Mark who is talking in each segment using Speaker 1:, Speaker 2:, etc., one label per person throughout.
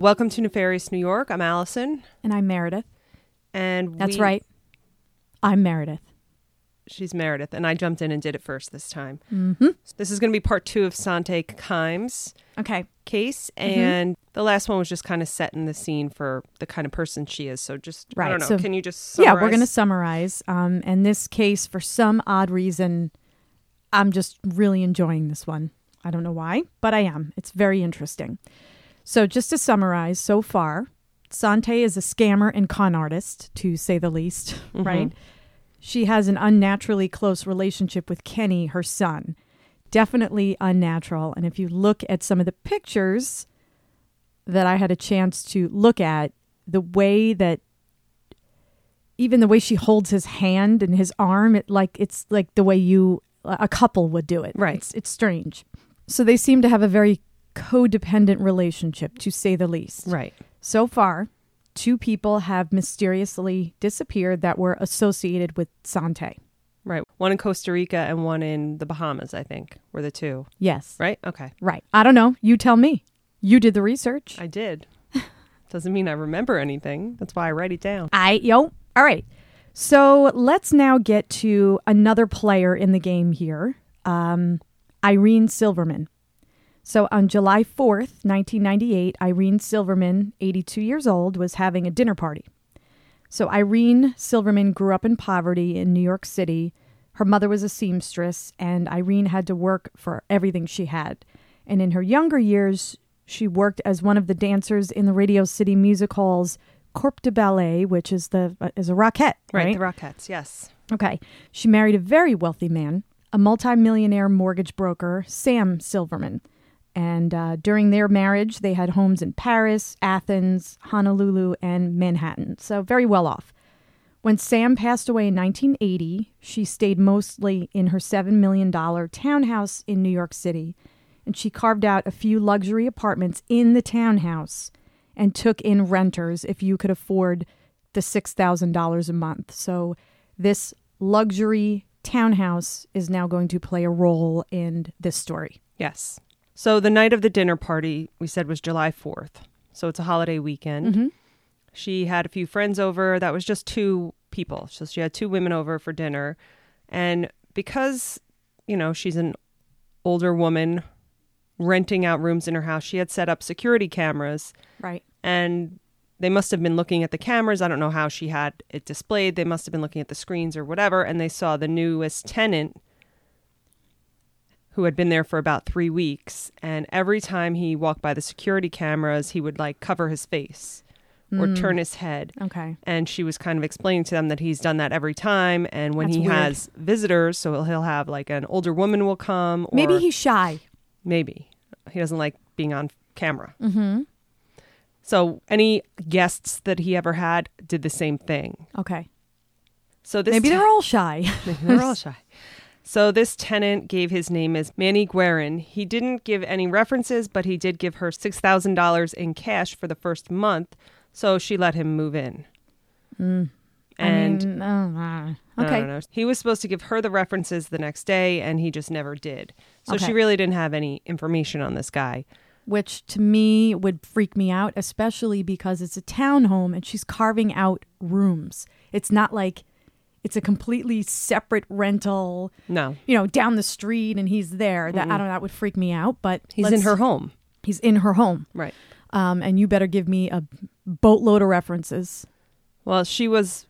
Speaker 1: Welcome to Nefarious New York. I'm Allison,
Speaker 2: And I'm Meredith.
Speaker 1: and
Speaker 2: That's
Speaker 1: we-
Speaker 2: right. I'm Meredith.
Speaker 1: She's Meredith, and I jumped in and did it first this time.
Speaker 2: Mm-hmm.
Speaker 1: This is going to be part two of Sante Kimes'
Speaker 2: Okay.
Speaker 1: case,
Speaker 2: Mm-hmm.
Speaker 1: and the last one was just kind of setting the scene for the kind of person she is. So just I
Speaker 2: Right,
Speaker 1: don't know.
Speaker 2: so-
Speaker 1: can you just
Speaker 2: Yeah, we're
Speaker 1: summarize?
Speaker 2: going to summarize. Um, and this case, for some odd reason, I'm just really enjoying this one. I don't know why, but I am. It's very interesting. So, just to summarize so far, Sante is a scammer and con artist, to say the least,
Speaker 1: Mhm.
Speaker 2: right? She has an unnaturally close relationship with Kenny, her son. Definitely unnatural. And if you look at some of the pictures that I had a chance to look at, the way that even the way she holds his hand and his arm, it like it's like the way you a couple would do it.
Speaker 1: Right.
Speaker 2: It's it's strange. So they seem to have a very codependent relationship, to say the least.
Speaker 1: Right.
Speaker 2: So far, two people have mysteriously disappeared that were associated with Sante.
Speaker 1: Right. One in Costa Rica and one in the Bahamas, I think, were the two.
Speaker 2: Yes. Right.
Speaker 1: Right? Okay.
Speaker 2: I don't know. You tell me. You did the research.
Speaker 1: I did. Doesn't mean I remember anything. That's why I write it down.
Speaker 2: I yo. All right. So let's now get to another player in the game here, um, Irene Silverman. So on July 4th, 1998, Irene Silverman, 82 years old, was having a dinner party. So Irene Silverman grew up in poverty in New York City. Her mother was a seamstress, and Irene had to work for everything she had. And in her younger years, she worked as one of the dancers in the Radio City Music Hall's Corps de Ballet, which is the uh, is a rockette, right?
Speaker 1: The Rockettes. Yes.
Speaker 2: Okay. She married a very wealthy man, a multimillionaire mortgage broker, Sam Silverman. And uh, during their marriage, they had homes in Paris, Athens, Honolulu, and Manhattan. So very well off. When Sam passed away in 1980, she stayed mostly in her $7 million townhouse in New York City. And she carved out a few luxury apartments in the townhouse and took in renters if you could afford the $6,000 a month. So this luxury townhouse is now going to play a role in this story.
Speaker 1: Yes. So the night of the dinner party, we said, was July 4th. So it's a holiday weekend.
Speaker 2: Mhm.
Speaker 1: She had a few friends over. That was just two people. So she had two women over for dinner. And because, you know, she's an older woman renting out rooms in her house, she had set up security cameras
Speaker 2: Right.
Speaker 1: and they must have been looking at the cameras. I don't know how she had it displayed. They must have been looking at the screens or whatever, and they saw the newest tenant who had been there for about three weeks. And every time he walked by the security cameras, he would like cover his face
Speaker 2: Hmm.
Speaker 1: or turn his head.
Speaker 2: Okay.
Speaker 1: And she was kind of explaining to them that he's done that every time. And when
Speaker 2: That's
Speaker 1: he
Speaker 2: weird.
Speaker 1: has visitors, so he'll- he'll have like an older woman will come. Or
Speaker 2: Maybe he's shy.
Speaker 1: maybe he doesn't like being on camera.
Speaker 2: Mm-hmm.
Speaker 1: So any guests that he ever had did the same thing.
Speaker 2: Okay.
Speaker 1: So this
Speaker 2: Maybe
Speaker 1: ten-
Speaker 2: they're all shy.
Speaker 1: maybe they're all shy. So this tenant gave his name as Manny Guerin. He didn't give any references, but he did give her six thousand dollars in cash for the first month. So she let him move in. And
Speaker 2: Mm. I mean, uh,
Speaker 1: I
Speaker 2: okay.
Speaker 1: don't know. He was supposed to give her the references the next day, and he just never did. So she
Speaker 2: Okay.
Speaker 1: really didn't have any information on this guy.
Speaker 2: Which to me would freak me out, especially because it's a townhome and she's carving out rooms. It's not like it's a completely separate rental,
Speaker 1: No,
Speaker 2: you know, down the street and he's there. That I don't know. That would freak me out. But
Speaker 1: Mm-hmm. he's in
Speaker 2: let's-
Speaker 1: her home,
Speaker 2: He's in her home.
Speaker 1: right?
Speaker 2: um, and you better give me a boatload of references.
Speaker 1: Well, she was,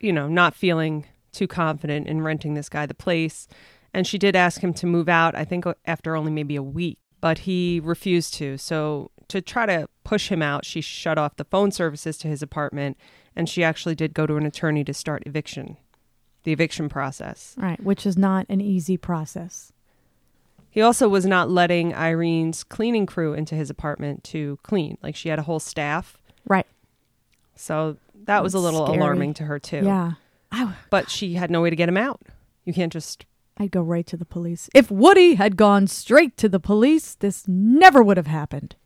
Speaker 1: you know, not feeling too confident in renting this guy the place. And she did ask him to move out, I think after only maybe a week, but he refused to. So, to try to push him out, she shut off the phone services to his apartment. And she actually did go to an attorney to start eviction, the eviction process.
Speaker 2: Right, which is not an easy process.
Speaker 1: He also was not letting Irene's cleaning crew into his apartment to clean. Like, she had a whole staff.
Speaker 2: Right.
Speaker 1: So, that was a
Speaker 2: That's
Speaker 1: little
Speaker 2: scary.
Speaker 1: alarming to her, too.
Speaker 2: Yeah. I, w-
Speaker 1: But she had no way to get him out. You can't just
Speaker 2: I'd go right to the police. If Woody had gone straight to the police, this never would have happened.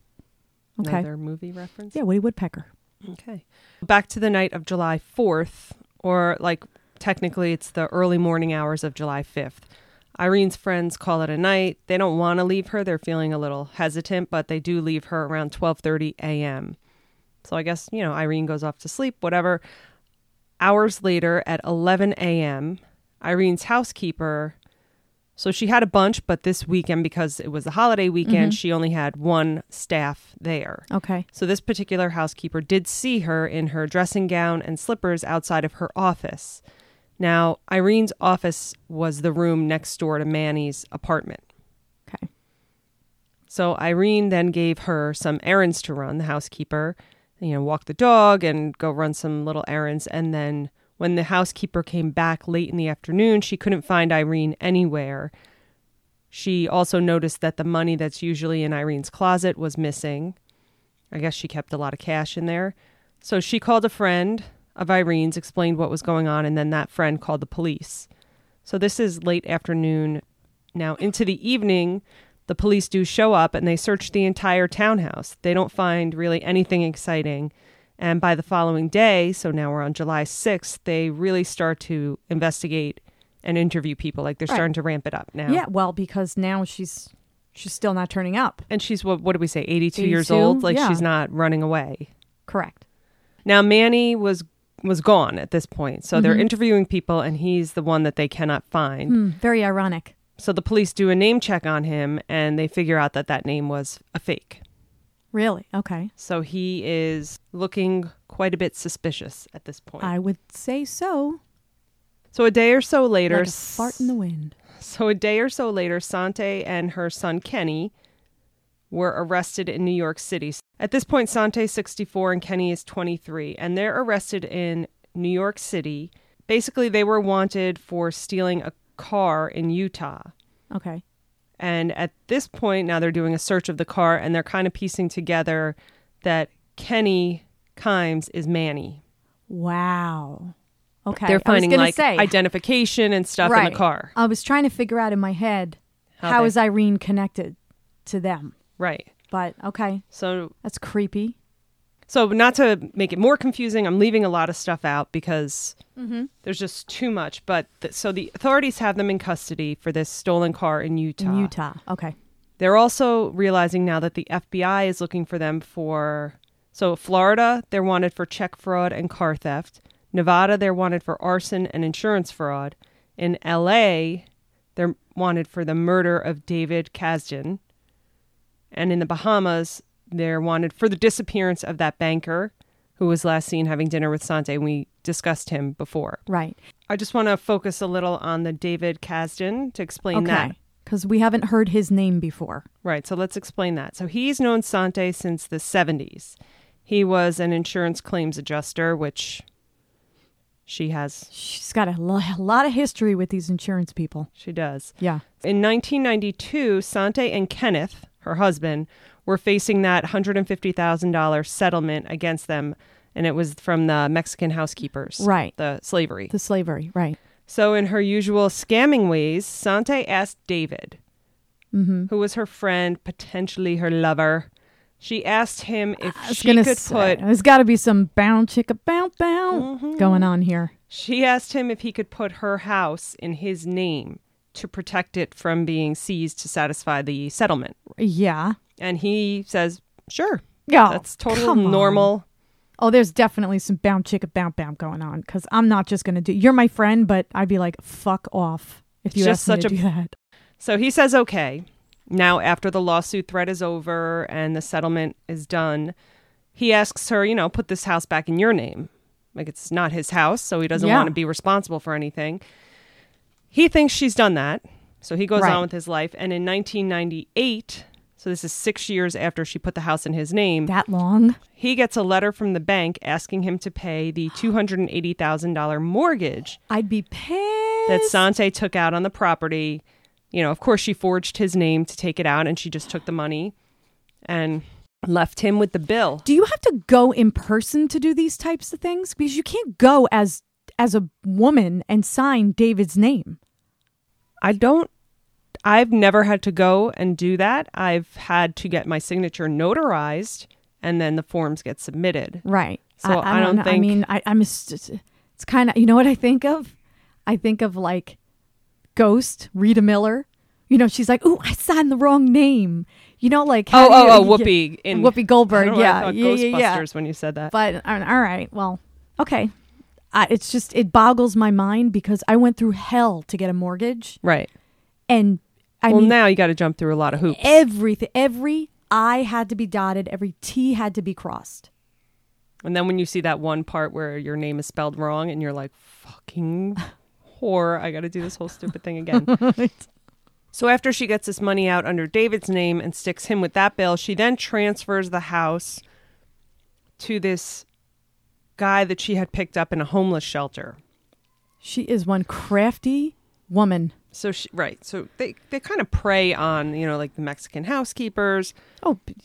Speaker 2: Okay.
Speaker 1: Another movie reference.
Speaker 2: Yeah, Woody Woodpecker.
Speaker 1: Okay. Back to the night of July 4th, or like technically it's the early morning hours of July 5th. Irene's friends call it a night. They don't want to leave her. They're feeling a little hesitant, but they do leave her around 12:30 a.m. So I guess, you know, Irene goes off to sleep, whatever. Hours later at 11 a.m., Irene's housekeeper. So she had a bunch, but this weekend, because it was a holiday weekend, she only had one staff there.
Speaker 2: Okay.
Speaker 1: So this particular housekeeper did see her in her dressing gown and slippers outside of her office. Now, Irene's office was the room next door to Manny's apartment.
Speaker 2: Okay.
Speaker 1: So Irene then gave her some errands to run, the housekeeper, you know, walk the dog and go run some little errands. And then when the housekeeper came back late in the afternoon, she couldn't find Irene anywhere. She also noticed that the money that's usually in Irene's closet was missing. I guess she kept a lot of cash in there. So she called a friend of Irene's, explained what was going on, and then that friend called the police. So this is late afternoon. Now, into the evening, the police do show up and they search the entire townhouse. They don't find really anything exciting. And by the following day, so now we're on July 6th, they really start to investigate and interview people. Like they're
Speaker 2: Right.
Speaker 1: starting to ramp it up now.
Speaker 2: Yeah, well, because now she's she's still not turning up.
Speaker 1: And she's, what, what do we say, 82, years
Speaker 2: 82?
Speaker 1: old? Like
Speaker 2: Yeah.
Speaker 1: she's not running away.
Speaker 2: Correct.
Speaker 1: Now Manny was was gone at this point, so
Speaker 2: Mm-hmm.
Speaker 1: they're interviewing people, and he's the one that they cannot find.
Speaker 2: Hmm, very ironic.
Speaker 1: So the police do a name check on him, and they figure out that that name was a fake.
Speaker 2: Really? Okay.
Speaker 1: So he is looking quite a bit suspicious at this point.
Speaker 2: I would say so.
Speaker 1: so a day or so later,
Speaker 2: Like a fart in the wind.
Speaker 1: So a day or so later, Sante and her son Kenny were arrested in New York City. At this point, Sante 64 and Kenny is 23, and they're arrested in New York City. Basically, they were wanted for stealing a car in Utah.
Speaker 2: Okay.
Speaker 1: And at this point, now they're doing a search of the car and they're kind of piecing together that Kenny Kimes is Manny.
Speaker 2: Wow. Okay.
Speaker 1: They're finding
Speaker 2: I was gonna
Speaker 1: like
Speaker 2: say,
Speaker 1: identification and stuff in
Speaker 2: right.
Speaker 1: the car.
Speaker 2: I was trying to figure out in my head
Speaker 1: How
Speaker 2: how
Speaker 1: they-
Speaker 2: is Irene connected to them,
Speaker 1: Right.
Speaker 2: but okay,
Speaker 1: So
Speaker 2: that's creepy.
Speaker 1: So, not to make it more confusing, I'm leaving a lot of stuff out because there's just too much. But th- so the authorities have them in custody for this stolen car in Utah.
Speaker 2: In Utah. Okay.
Speaker 1: They're also realizing now that the FBI is looking for them for. So, Florida, they're wanted for check fraud and car theft. Nevada, they're wanted for arson and insurance fraud. In LA, they're wanted for the murder of David Kasdan. And in the Bahamas, they're wanted for the disappearance of that banker who was last seen having dinner with Sante. And we discussed him before.
Speaker 2: Right.
Speaker 1: I just want to focus a little on the David Kasdan to explain that.
Speaker 2: Okay. Because we haven't heard his name before.
Speaker 1: Right. So let's explain that. So he's known Sante since the 70s. He was an insurance claims adjuster, which she has,
Speaker 2: She's got a lo- a lot of history with these insurance people.
Speaker 1: she does.
Speaker 2: Yeah.
Speaker 1: In 1992, Sante and Kenneth, her husband, were facing that $150,000 settlement against them, and it was from the Mexican housekeepers.
Speaker 2: Right.
Speaker 1: The slavery.
Speaker 2: The slavery. Right.
Speaker 1: So, in her usual scamming ways, Sante asked David,
Speaker 2: Mm-hmm.
Speaker 1: who was her friend, potentially her lover. She asked him if
Speaker 2: I was
Speaker 1: she
Speaker 2: gonna
Speaker 1: could
Speaker 2: say,
Speaker 1: put. Mm-hmm. Mm.
Speaker 2: there's got to be some bounce chicka bounce bounce going on here.
Speaker 1: She asked him if he could put her house in his name to protect it from being seized to satisfy the settlement,
Speaker 2: Yeah.
Speaker 1: and he says, "Sure,
Speaker 2: Yeah.
Speaker 1: that's total
Speaker 2: Oh, come on.
Speaker 1: normal."
Speaker 2: Oh, there's definitely some bounce chicka bounce bounce going on because I'm not just going to do. You're my friend, but I'd be like, fuck off if
Speaker 1: It's
Speaker 2: you
Speaker 1: just
Speaker 2: asked me
Speaker 1: such
Speaker 2: to
Speaker 1: a-
Speaker 2: do that.
Speaker 1: So he says, okay. Now, after the lawsuit threat is over and the settlement is done, he asks her, you know, put this house back in your name. Like it's not his house, so he doesn't
Speaker 2: Yeah.
Speaker 1: want to be responsible for anything. He thinks she's done that. So he goes
Speaker 2: Right.
Speaker 1: on with his life. And in 1998, so this is six years after she put the house in his name,
Speaker 2: That long?
Speaker 1: he gets a letter from the bank asking him to pay the $280,000 mortgage
Speaker 2: I'd be pissed.
Speaker 1: that Sante took out on the property. You know, of course, she forged his name to take it out, and she just took the money and left him with the bill.
Speaker 2: do you have to go in person to do these types of things? Because you can't go as as a woman and sign David's name.
Speaker 1: I don't. I've never had to go and do that. I've had to get my signature notarized, and then the forms get submitted.
Speaker 2: Right.
Speaker 1: So I don't
Speaker 2: know. I
Speaker 1: think-
Speaker 2: mean, I, I'm. Just, it's kind of. You know what I think of? I think of like Ghost, Rita Miller. You know, she's like, "Ooh, I signed the wrong name." You know, like
Speaker 1: Oh,
Speaker 2: how do
Speaker 1: oh,
Speaker 2: you-
Speaker 1: oh, Whoopi in
Speaker 2: Whoopi
Speaker 1: I
Speaker 2: Goldberg.
Speaker 1: don't know why I
Speaker 2: yeah,
Speaker 1: thought
Speaker 2: yeah, yeah, yeah.
Speaker 1: Ghostbusters when you said that.
Speaker 2: But uh, all right, well, okay. I, it's just it boggles my mind because I went through hell to get a mortgage,
Speaker 1: right.
Speaker 2: and I
Speaker 1: well,
Speaker 2: mean
Speaker 1: now you got to jump through a lot of hoops.
Speaker 2: everything, every I had to be dotted, every T had to be crossed.
Speaker 1: and then when you see that one part where your name is spelled wrong and you're like, fucking whore, I got to do this whole stupid thing again. So after she gets this money out under David's name and sticks him with that bill, she then transfers the house to this guy that she had picked up in a homeless shelter.
Speaker 2: She is one crafty woman.
Speaker 1: So she, right, so they they kind of prey on you know like the Mexican housekeepers.
Speaker 2: Oh, b-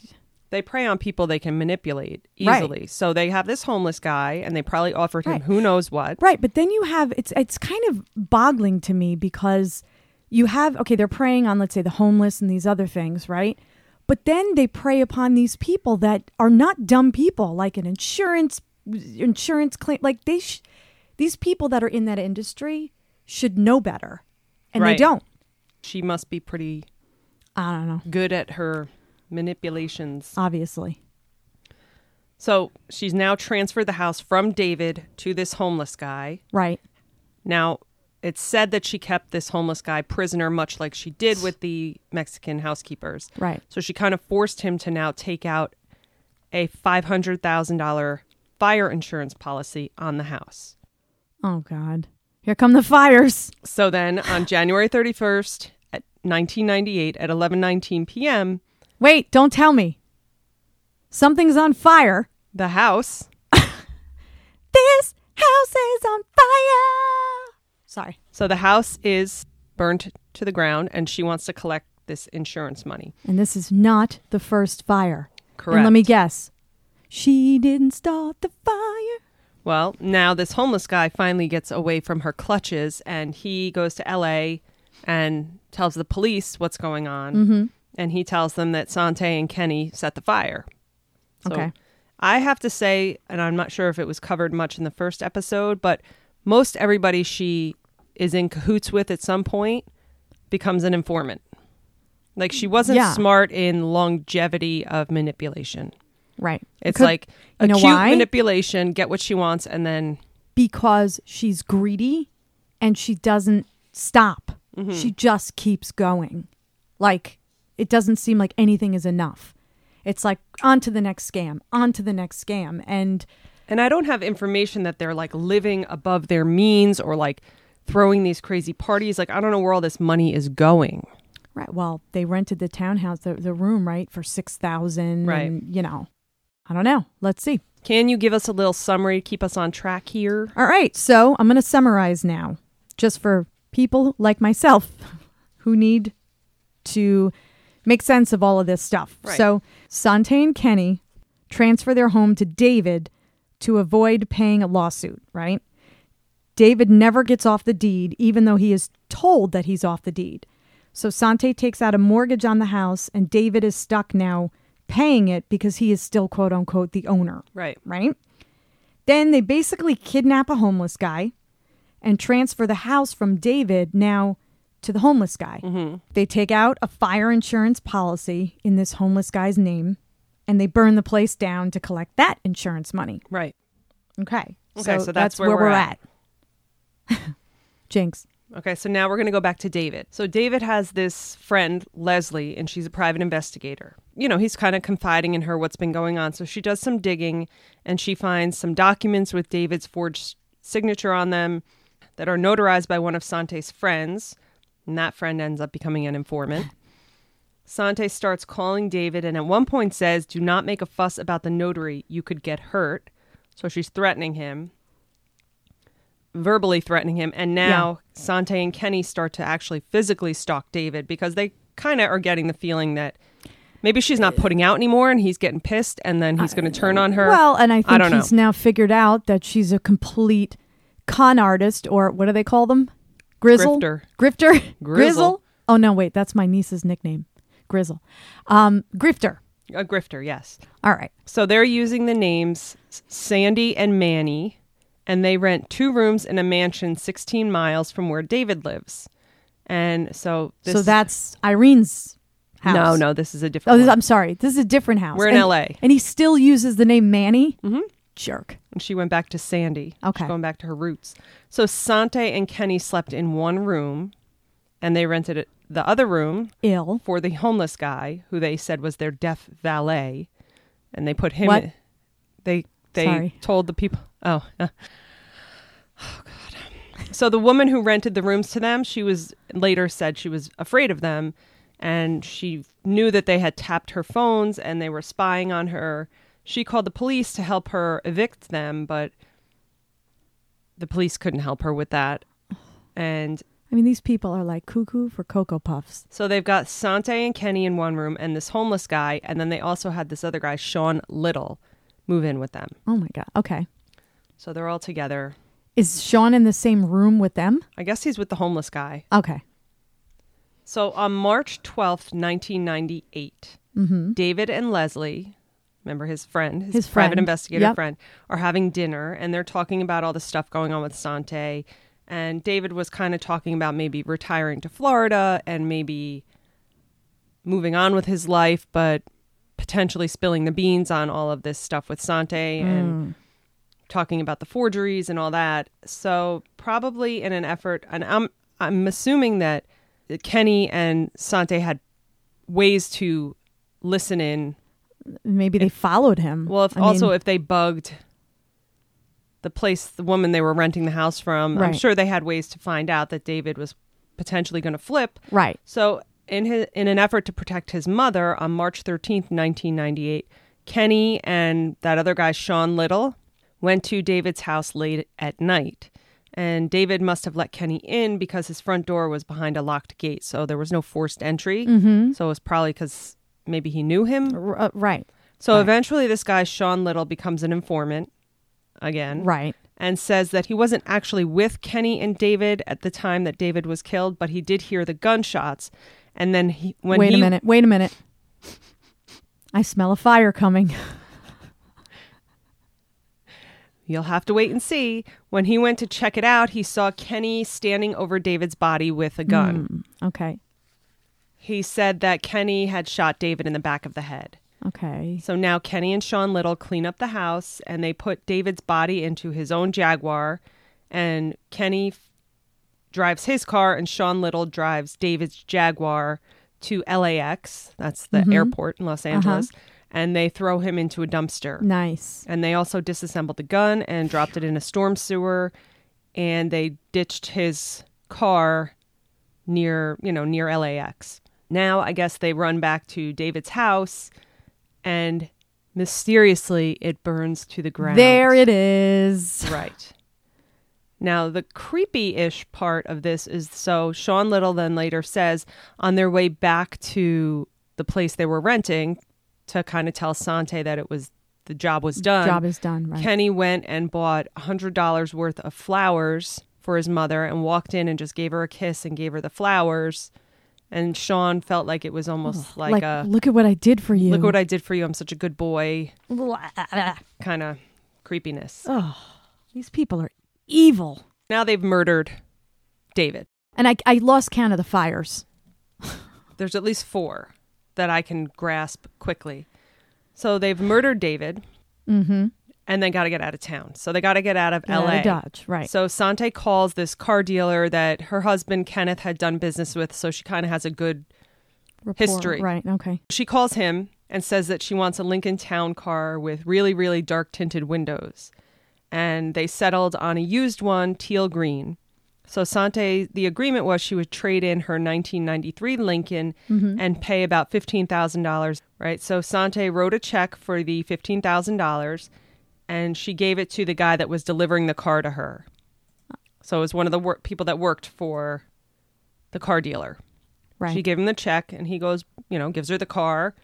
Speaker 1: They prey on people they can manipulate
Speaker 2: Right.
Speaker 1: easily. So they have this homeless guy, and they probably offered him
Speaker 2: Right.
Speaker 1: who knows what.
Speaker 2: Right, but then you have it's it's kind of boggling to me because you have okay, they're preying on let's say the homeless and these other things, right? But then they prey upon these people that are not dumb people, like an insurance insurance claim, like they sh- these people that are in that industry should know better, and they
Speaker 1: Right.
Speaker 2: don't.
Speaker 1: She must be pretty
Speaker 2: I don't know,
Speaker 1: good at her manipulations.
Speaker 2: obviously.
Speaker 1: So she's now transferred the house from David to this homeless guy.
Speaker 2: Right.
Speaker 1: Now, it's said that she kept this homeless guy prisoner, much like she did with the Mexican housekeepers.
Speaker 2: Right.
Speaker 1: So she kind of forced him to now take out a $500,000 fire insurance policy on the house.
Speaker 2: Oh god. Here come the fires.
Speaker 1: So then on January 31st, at 1998 at 11:19 p.m.,
Speaker 2: Wait, don't tell me. Something's on fire.
Speaker 1: the house,
Speaker 2: This house is on fire. Sorry.
Speaker 1: so the house is burnt to the ground and she wants to collect this insurance money.
Speaker 2: And this is not the first fire.
Speaker 1: Correct.
Speaker 2: And let me guess. She didn't start the fire.
Speaker 1: Well, now this homeless guy finally gets away from her clutches and he goes to LA and tells the police what's going on.
Speaker 2: Mm-hmm.
Speaker 1: And he tells them that Sante and Kenny set the fire. So
Speaker 2: Okay.
Speaker 1: I have to say, and I'm not sure if it was covered much in the first episode, but most everybody she is in cahoots with at some point becomes an informant. Like she wasn't
Speaker 2: Yeah.
Speaker 1: smart in longevity of manipulation.
Speaker 2: Right.
Speaker 1: It's
Speaker 2: Could-
Speaker 1: like
Speaker 2: you know
Speaker 1: acute
Speaker 2: why?
Speaker 1: manipulation, get what she wants, and then
Speaker 2: because she's greedy and she doesn't stop. She just keeps going. Like it doesn't seem like anything is enough. It's like on to the next scam, on to the next scam. And
Speaker 1: And I don't have information that they're like living above their means or like throwing these crazy parties. Like, I don't know where all this money is going.
Speaker 2: Right. Well, they rented the townhouse, the, the room, right, for six thousand.
Speaker 1: Right.
Speaker 2: And, you know, I don't know. Let's see.
Speaker 1: Can you give us a little summary, keep us on track here?
Speaker 2: All right. So I'm going to summarize now, just for people like myself who need to make sense of all of this stuff.
Speaker 1: Right.
Speaker 2: So Sante and Kenny transfer their home to David to avoid paying a lawsuit. Right. David never gets off the deed, even though he is told that he's off the deed. So Sante takes out a mortgage on the house, and David is stuck now paying it because he is still, quote unquote, the owner,
Speaker 1: Right.
Speaker 2: right? Then they basically kidnap a homeless guy and transfer the house from David now to the homeless guy.
Speaker 1: Mm-hmm.
Speaker 2: They take out a fire insurance policy in this homeless guy's name and they burn the place down to collect that insurance money.
Speaker 1: Right.
Speaker 2: Okay.
Speaker 1: Okay, so that's where we're at.
Speaker 2: at. Jinx.
Speaker 1: Okay, so now we're going to go back to David. So David has this friend, Leslie, and she's a private investigator. You know, he's kind of confiding in her what's been going on. So she does some digging and she finds some documents with David's forged signature on them that are notarized by one of Sante's friends. And that friend ends up becoming an informant. Sante starts calling David and at one point says, Do not make a fuss about the notary. You could get hurt. So she's threatening him, verbally threatening him. And now Sante and Kenny start to actually physically stalk David because they kind of are getting the feeling that maybe she's not putting out anymore and he's getting pissed and then he's going to turn on her.
Speaker 2: Well, and I think
Speaker 1: don't know.
Speaker 2: he's now figured out that she's a complete con artist, or what do they call them? Grizzle,
Speaker 1: Grifter.
Speaker 2: grifter, grizzle.
Speaker 1: Grizzle.
Speaker 2: Oh no, wait, that's my niece's nickname, Grizzle, um, grifter.
Speaker 1: a grifter, yes.
Speaker 2: All right,
Speaker 1: So they're using the names Sandy and Manny, and they rent two rooms in a mansion 16 miles from where David lives. And so this
Speaker 2: so that's Irene's house.
Speaker 1: No, no, this is a
Speaker 2: Oh,
Speaker 1: different
Speaker 2: this,
Speaker 1: one.
Speaker 2: I'm sorry. This is a different house.
Speaker 1: We're in
Speaker 2: And-
Speaker 1: LA.
Speaker 2: And he still uses the name Manny. Mm-hmm. Jerk.
Speaker 1: And she went back to Sandy.
Speaker 2: Okay.
Speaker 1: She's going back to her roots. So Sante and Kenny slept in one room and they rented it- the other room
Speaker 2: Ill.
Speaker 1: for the homeless guy who they said was their deaf valet and they put him
Speaker 2: What?
Speaker 1: in- they they
Speaker 2: Sorry.
Speaker 1: told the people oh uh. oh god so the woman who rented the rooms to them she was later said she was afraid of them and she knew that they had tapped her phones and they were spying on her she called the police to help her evict them but the police couldn't help her with that and
Speaker 2: I mean, these people are like cuckoo for Cocoa Puffs.
Speaker 1: so they've got Sante and Kenny in one room and this homeless guy, and then they also had this other guy, Sean Little, move in with them.
Speaker 2: Oh my God. Okay.
Speaker 1: So they're all together.
Speaker 2: Is Sean in the same room with them?
Speaker 1: I guess he's with the homeless guy.
Speaker 2: Okay.
Speaker 1: So on March 12th, 1998, David and Leslie, remember his friend, his,
Speaker 2: Mm-hmm. His
Speaker 1: private
Speaker 2: friend.
Speaker 1: investigator
Speaker 2: Yep.
Speaker 1: friend, are having dinner and they're talking about all the stuff going on with Sante. And David was kind of talking about maybe retiring to Florida and maybe moving on with his life, but potentially spilling the beans on all of this stuff with Sante
Speaker 2: Mm.
Speaker 1: and talking about the forgeries and all that. So probably in an effort, and I'm I'm assuming that Kenny and Sante had ways to listen in.
Speaker 2: Maybe they followed him.
Speaker 1: Well, if,
Speaker 2: I
Speaker 1: also
Speaker 2: mean,
Speaker 1: if they bugged the place, the woman they were renting the house from, I'm
Speaker 2: Right.
Speaker 1: sure they had ways to find out that David was potentially going to flip.
Speaker 2: right.
Speaker 1: So, in his in an effort to protect his mother, on March 13th, 1998, Kenny and that other guy Sean Little went to David's house late at night. And David must have let Kenny in because his front door was behind a locked gate, so there was no forced entry. So it was probably cuz maybe he knew him.
Speaker 2: R- uh, right.
Speaker 1: So eventually this guy Sean Little becomes an informant again
Speaker 2: Right.
Speaker 1: and says that he wasn't actually with Kenny and David at the time that David was killed, but he did hear the gunshots. And then he, when
Speaker 2: wait
Speaker 1: he,
Speaker 2: a minute. Wait a minute. I smell a fire coming.
Speaker 1: you'll have to wait and see. When he went to check it out, he saw Kenny standing over David's body with a gun.
Speaker 2: Hmm. okay.
Speaker 1: He said that Kenny had shot David in the back of the head.
Speaker 2: Okay.
Speaker 1: So now Kenny and Sean Little clean up the house and they put David's body into his own Jaguar. And Kenny f- drives his car and Sean Little drives David's Jaguar to LAX. That's the airport in Los Angeles. And they throw him into a dumpster.
Speaker 2: Nice.
Speaker 1: And they also disassembled the gun and dropped it in a storm sewer. And they ditched his car near, you know, near LAX. Now I guess they run back to David's house and mysteriously it burns to the ground.
Speaker 2: There it is.
Speaker 1: Right. Now, the creepy ish part of this is so Sean Little then later says on their way back to the place they were renting to kind of tell Sante that it was the job was done.
Speaker 2: Job is done. Right.
Speaker 1: Kenny went and bought $100 worth of flowers for his mother and walked in and just gave her a kiss and gave her the flowers. And Sean felt like it was almost like, a
Speaker 2: look at what I did for you.
Speaker 1: look what I did for you. I'm such a good boy
Speaker 2: I.
Speaker 1: kind of creepiness.
Speaker 2: These people are evil.
Speaker 1: Now they've murdered David.
Speaker 2: And I, I lost count of the fires.
Speaker 1: There's at least four that I can grasp quickly. So they've murdered David
Speaker 2: Mm-hmm.
Speaker 1: and they got to get out of town. So they got to get out of LA.
Speaker 2: Dodge, right.
Speaker 1: So Sante calls this car dealer that her husband Kenneth had done business with. So she kind of has a good.
Speaker 2: Rapport,
Speaker 1: history.
Speaker 2: Right, okay.
Speaker 1: She calls him and says that she wants a Lincoln Town car with really, really dark tinted windows. And they settled on a used one, teal green. So Sante, the agreement was she would trade in her 1993 Lincoln and pay about $15,000, right? So Sante wrote a check for the $15,000 and she gave it to the guy that was delivering the car to her. So it was one of the wor- people that worked for the car dealer.
Speaker 2: Right.
Speaker 1: She gave him the check and he goes, you know, gives her the car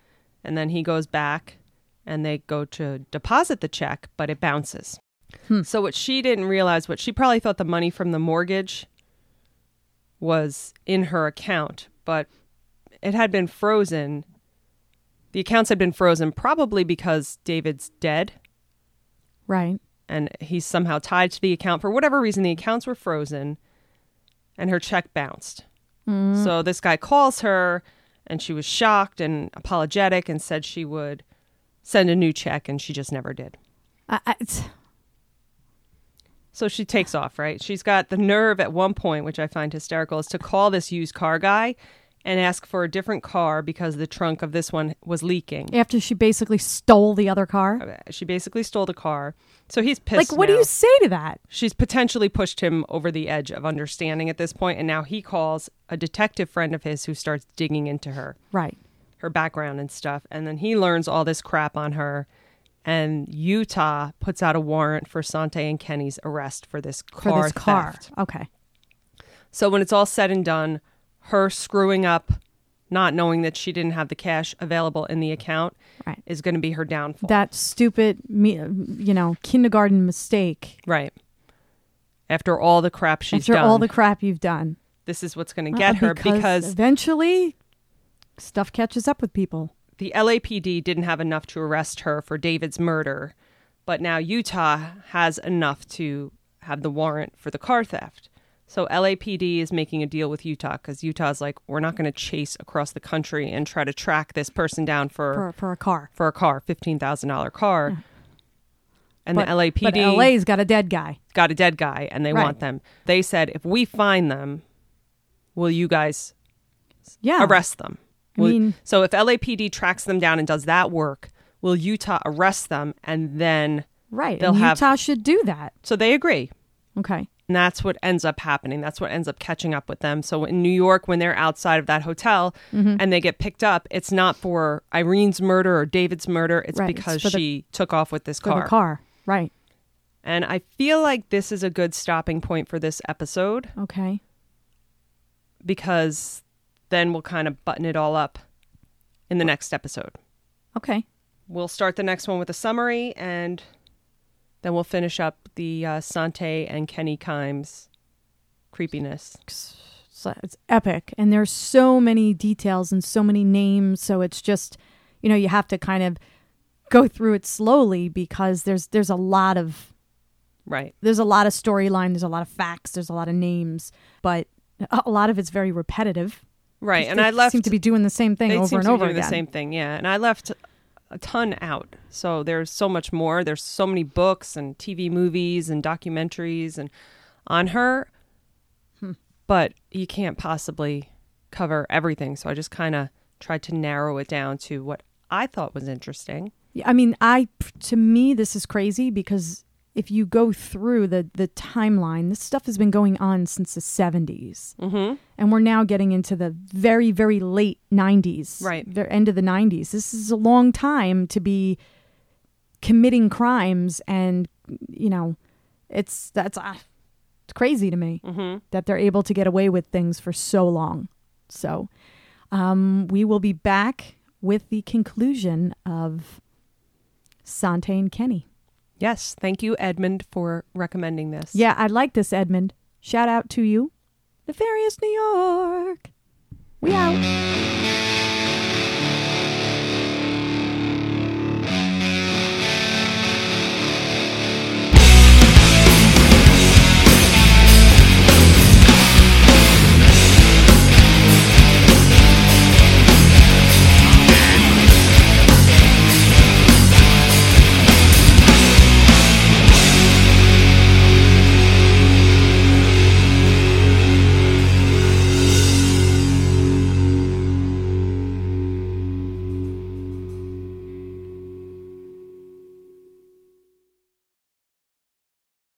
Speaker 1: and then he goes back and they go to deposit the check, but it bounces. So what she didn't realize, what she probably thought the money from the mortgage was in her account, but it had been frozen. The accounts had been frozen probably because David's dead
Speaker 2: right.
Speaker 1: and he's somehow tied to the account. For whatever reason, the accounts were frozen and her check bounced.
Speaker 2: Mm.
Speaker 1: So this guy calls her and she was shocked and apologetic and said she would send a new check and she just never did.
Speaker 2: I, I, it's-
Speaker 1: So she takes off, right? She's got the nerve at one point, which I find hysterical, is to call this used car guy and ask for a different car because the trunk of this one was leaking.
Speaker 2: after she basically stole the other car.
Speaker 1: She basically stole the car. So he's pissed.
Speaker 2: Like, what do
Speaker 1: now.
Speaker 2: you say to that?
Speaker 1: She's potentially pushed him over the edge of understanding at this point, and now he calls a detective friend of his who starts digging into her,
Speaker 2: Right.
Speaker 1: her background and stuff. And then he learns all this crap on her. And Utah puts out a warrant for Sante and Kenny's arrest for this
Speaker 2: For
Speaker 1: car
Speaker 2: this car.
Speaker 1: theft.
Speaker 2: Okay.
Speaker 1: So when it's all said and done, her screwing up, not knowing that she didn't have the cash available in the account,
Speaker 2: Right.
Speaker 1: is going to be her downfall.
Speaker 2: That stupid, me, you know, kindergarten mistake.
Speaker 1: right. After all the crap she's
Speaker 2: after
Speaker 1: done,
Speaker 2: all the crap you've done,
Speaker 1: this is what's going to
Speaker 2: Well,
Speaker 1: get her because
Speaker 2: eventually stuff catches up with people.
Speaker 1: the LAPD didn't have enough to arrest her for David's murder, but now Utah has enough to have the warrant for the car theft. So LAPD is making a deal with Utah because Utah's like, we're not going to chase across the country and try to track this person down
Speaker 2: for for a car.
Speaker 1: for a car, fifteen thousand dollar car, and
Speaker 2: But-
Speaker 1: the LAPD
Speaker 2: But LA's got a dead guy.
Speaker 1: got a dead guy, and they
Speaker 2: Right.
Speaker 1: want them. They said, if we find them, will you guys
Speaker 2: Yeah.
Speaker 1: arrest them?
Speaker 2: I
Speaker 1: Will-
Speaker 2: Oh. mean-
Speaker 1: so if LAPD tracks them down and does that work, will Utah arrest them? And then
Speaker 2: Right.
Speaker 1: They'll
Speaker 2: and
Speaker 1: have-
Speaker 2: Utah should do that.
Speaker 1: so they agree.
Speaker 2: Okay.
Speaker 1: And that's what ends up happening. That's what ends up catching up with them. So in New York, when they're outside of that hotel
Speaker 2: Mm-hmm.
Speaker 1: and they get picked up, it's not for Irene's murder or David's murder. It's
Speaker 2: Right, it's
Speaker 1: because
Speaker 2: for the-
Speaker 1: she took off with this
Speaker 2: For the car. Right.
Speaker 1: And I feel like this is a good stopping point for this episode
Speaker 2: Okay.
Speaker 1: because then we'll kind of button it all up in the next episode.
Speaker 2: Okay.
Speaker 1: We'll start the next one with a summary and then we'll finish up the uh, Sante and Kenny Kimes creepiness.
Speaker 2: So it's epic. And there's so many details and so many names. So it's just, you know, you have to kind of go through it slowly because there's there's a lot of
Speaker 1: Right.
Speaker 2: there's a lot of storyline, there's a lot of facts, there's a lot of names, but a lot of it's very repetitive.
Speaker 1: Right. And
Speaker 2: They
Speaker 1: I left
Speaker 2: seem to be doing the same thing
Speaker 1: they
Speaker 2: over
Speaker 1: seem
Speaker 2: and
Speaker 1: to be
Speaker 2: over
Speaker 1: doing
Speaker 2: again.
Speaker 1: the same thing, yeah. And I left a ton out. So there's so much more. There's so many books and TV movies and documentaries and on her.
Speaker 2: Hmm.
Speaker 1: But you can't possibly cover everything. So I just kind of tried to narrow it down to what I thought was interesting.
Speaker 2: Yeah, I mean, I to me this is crazy because if you go through the the timeline, this stuff has been going on since the 70s.
Speaker 1: Mhm.
Speaker 2: And we're now getting into the very very late 90s.
Speaker 1: Right.
Speaker 2: The end of the 90s. This is a long time to be committing crimes and you know, it's that's uh, it's crazy to me that they're able to get away with things for so long. So, um, we will be back with the conclusion of Sante and Kenny.
Speaker 1: Yes. Thank you, Edmund, for recommending this.
Speaker 2: Yeah, I like this, Edmund. Shout out to you. Nefarious New York. We out.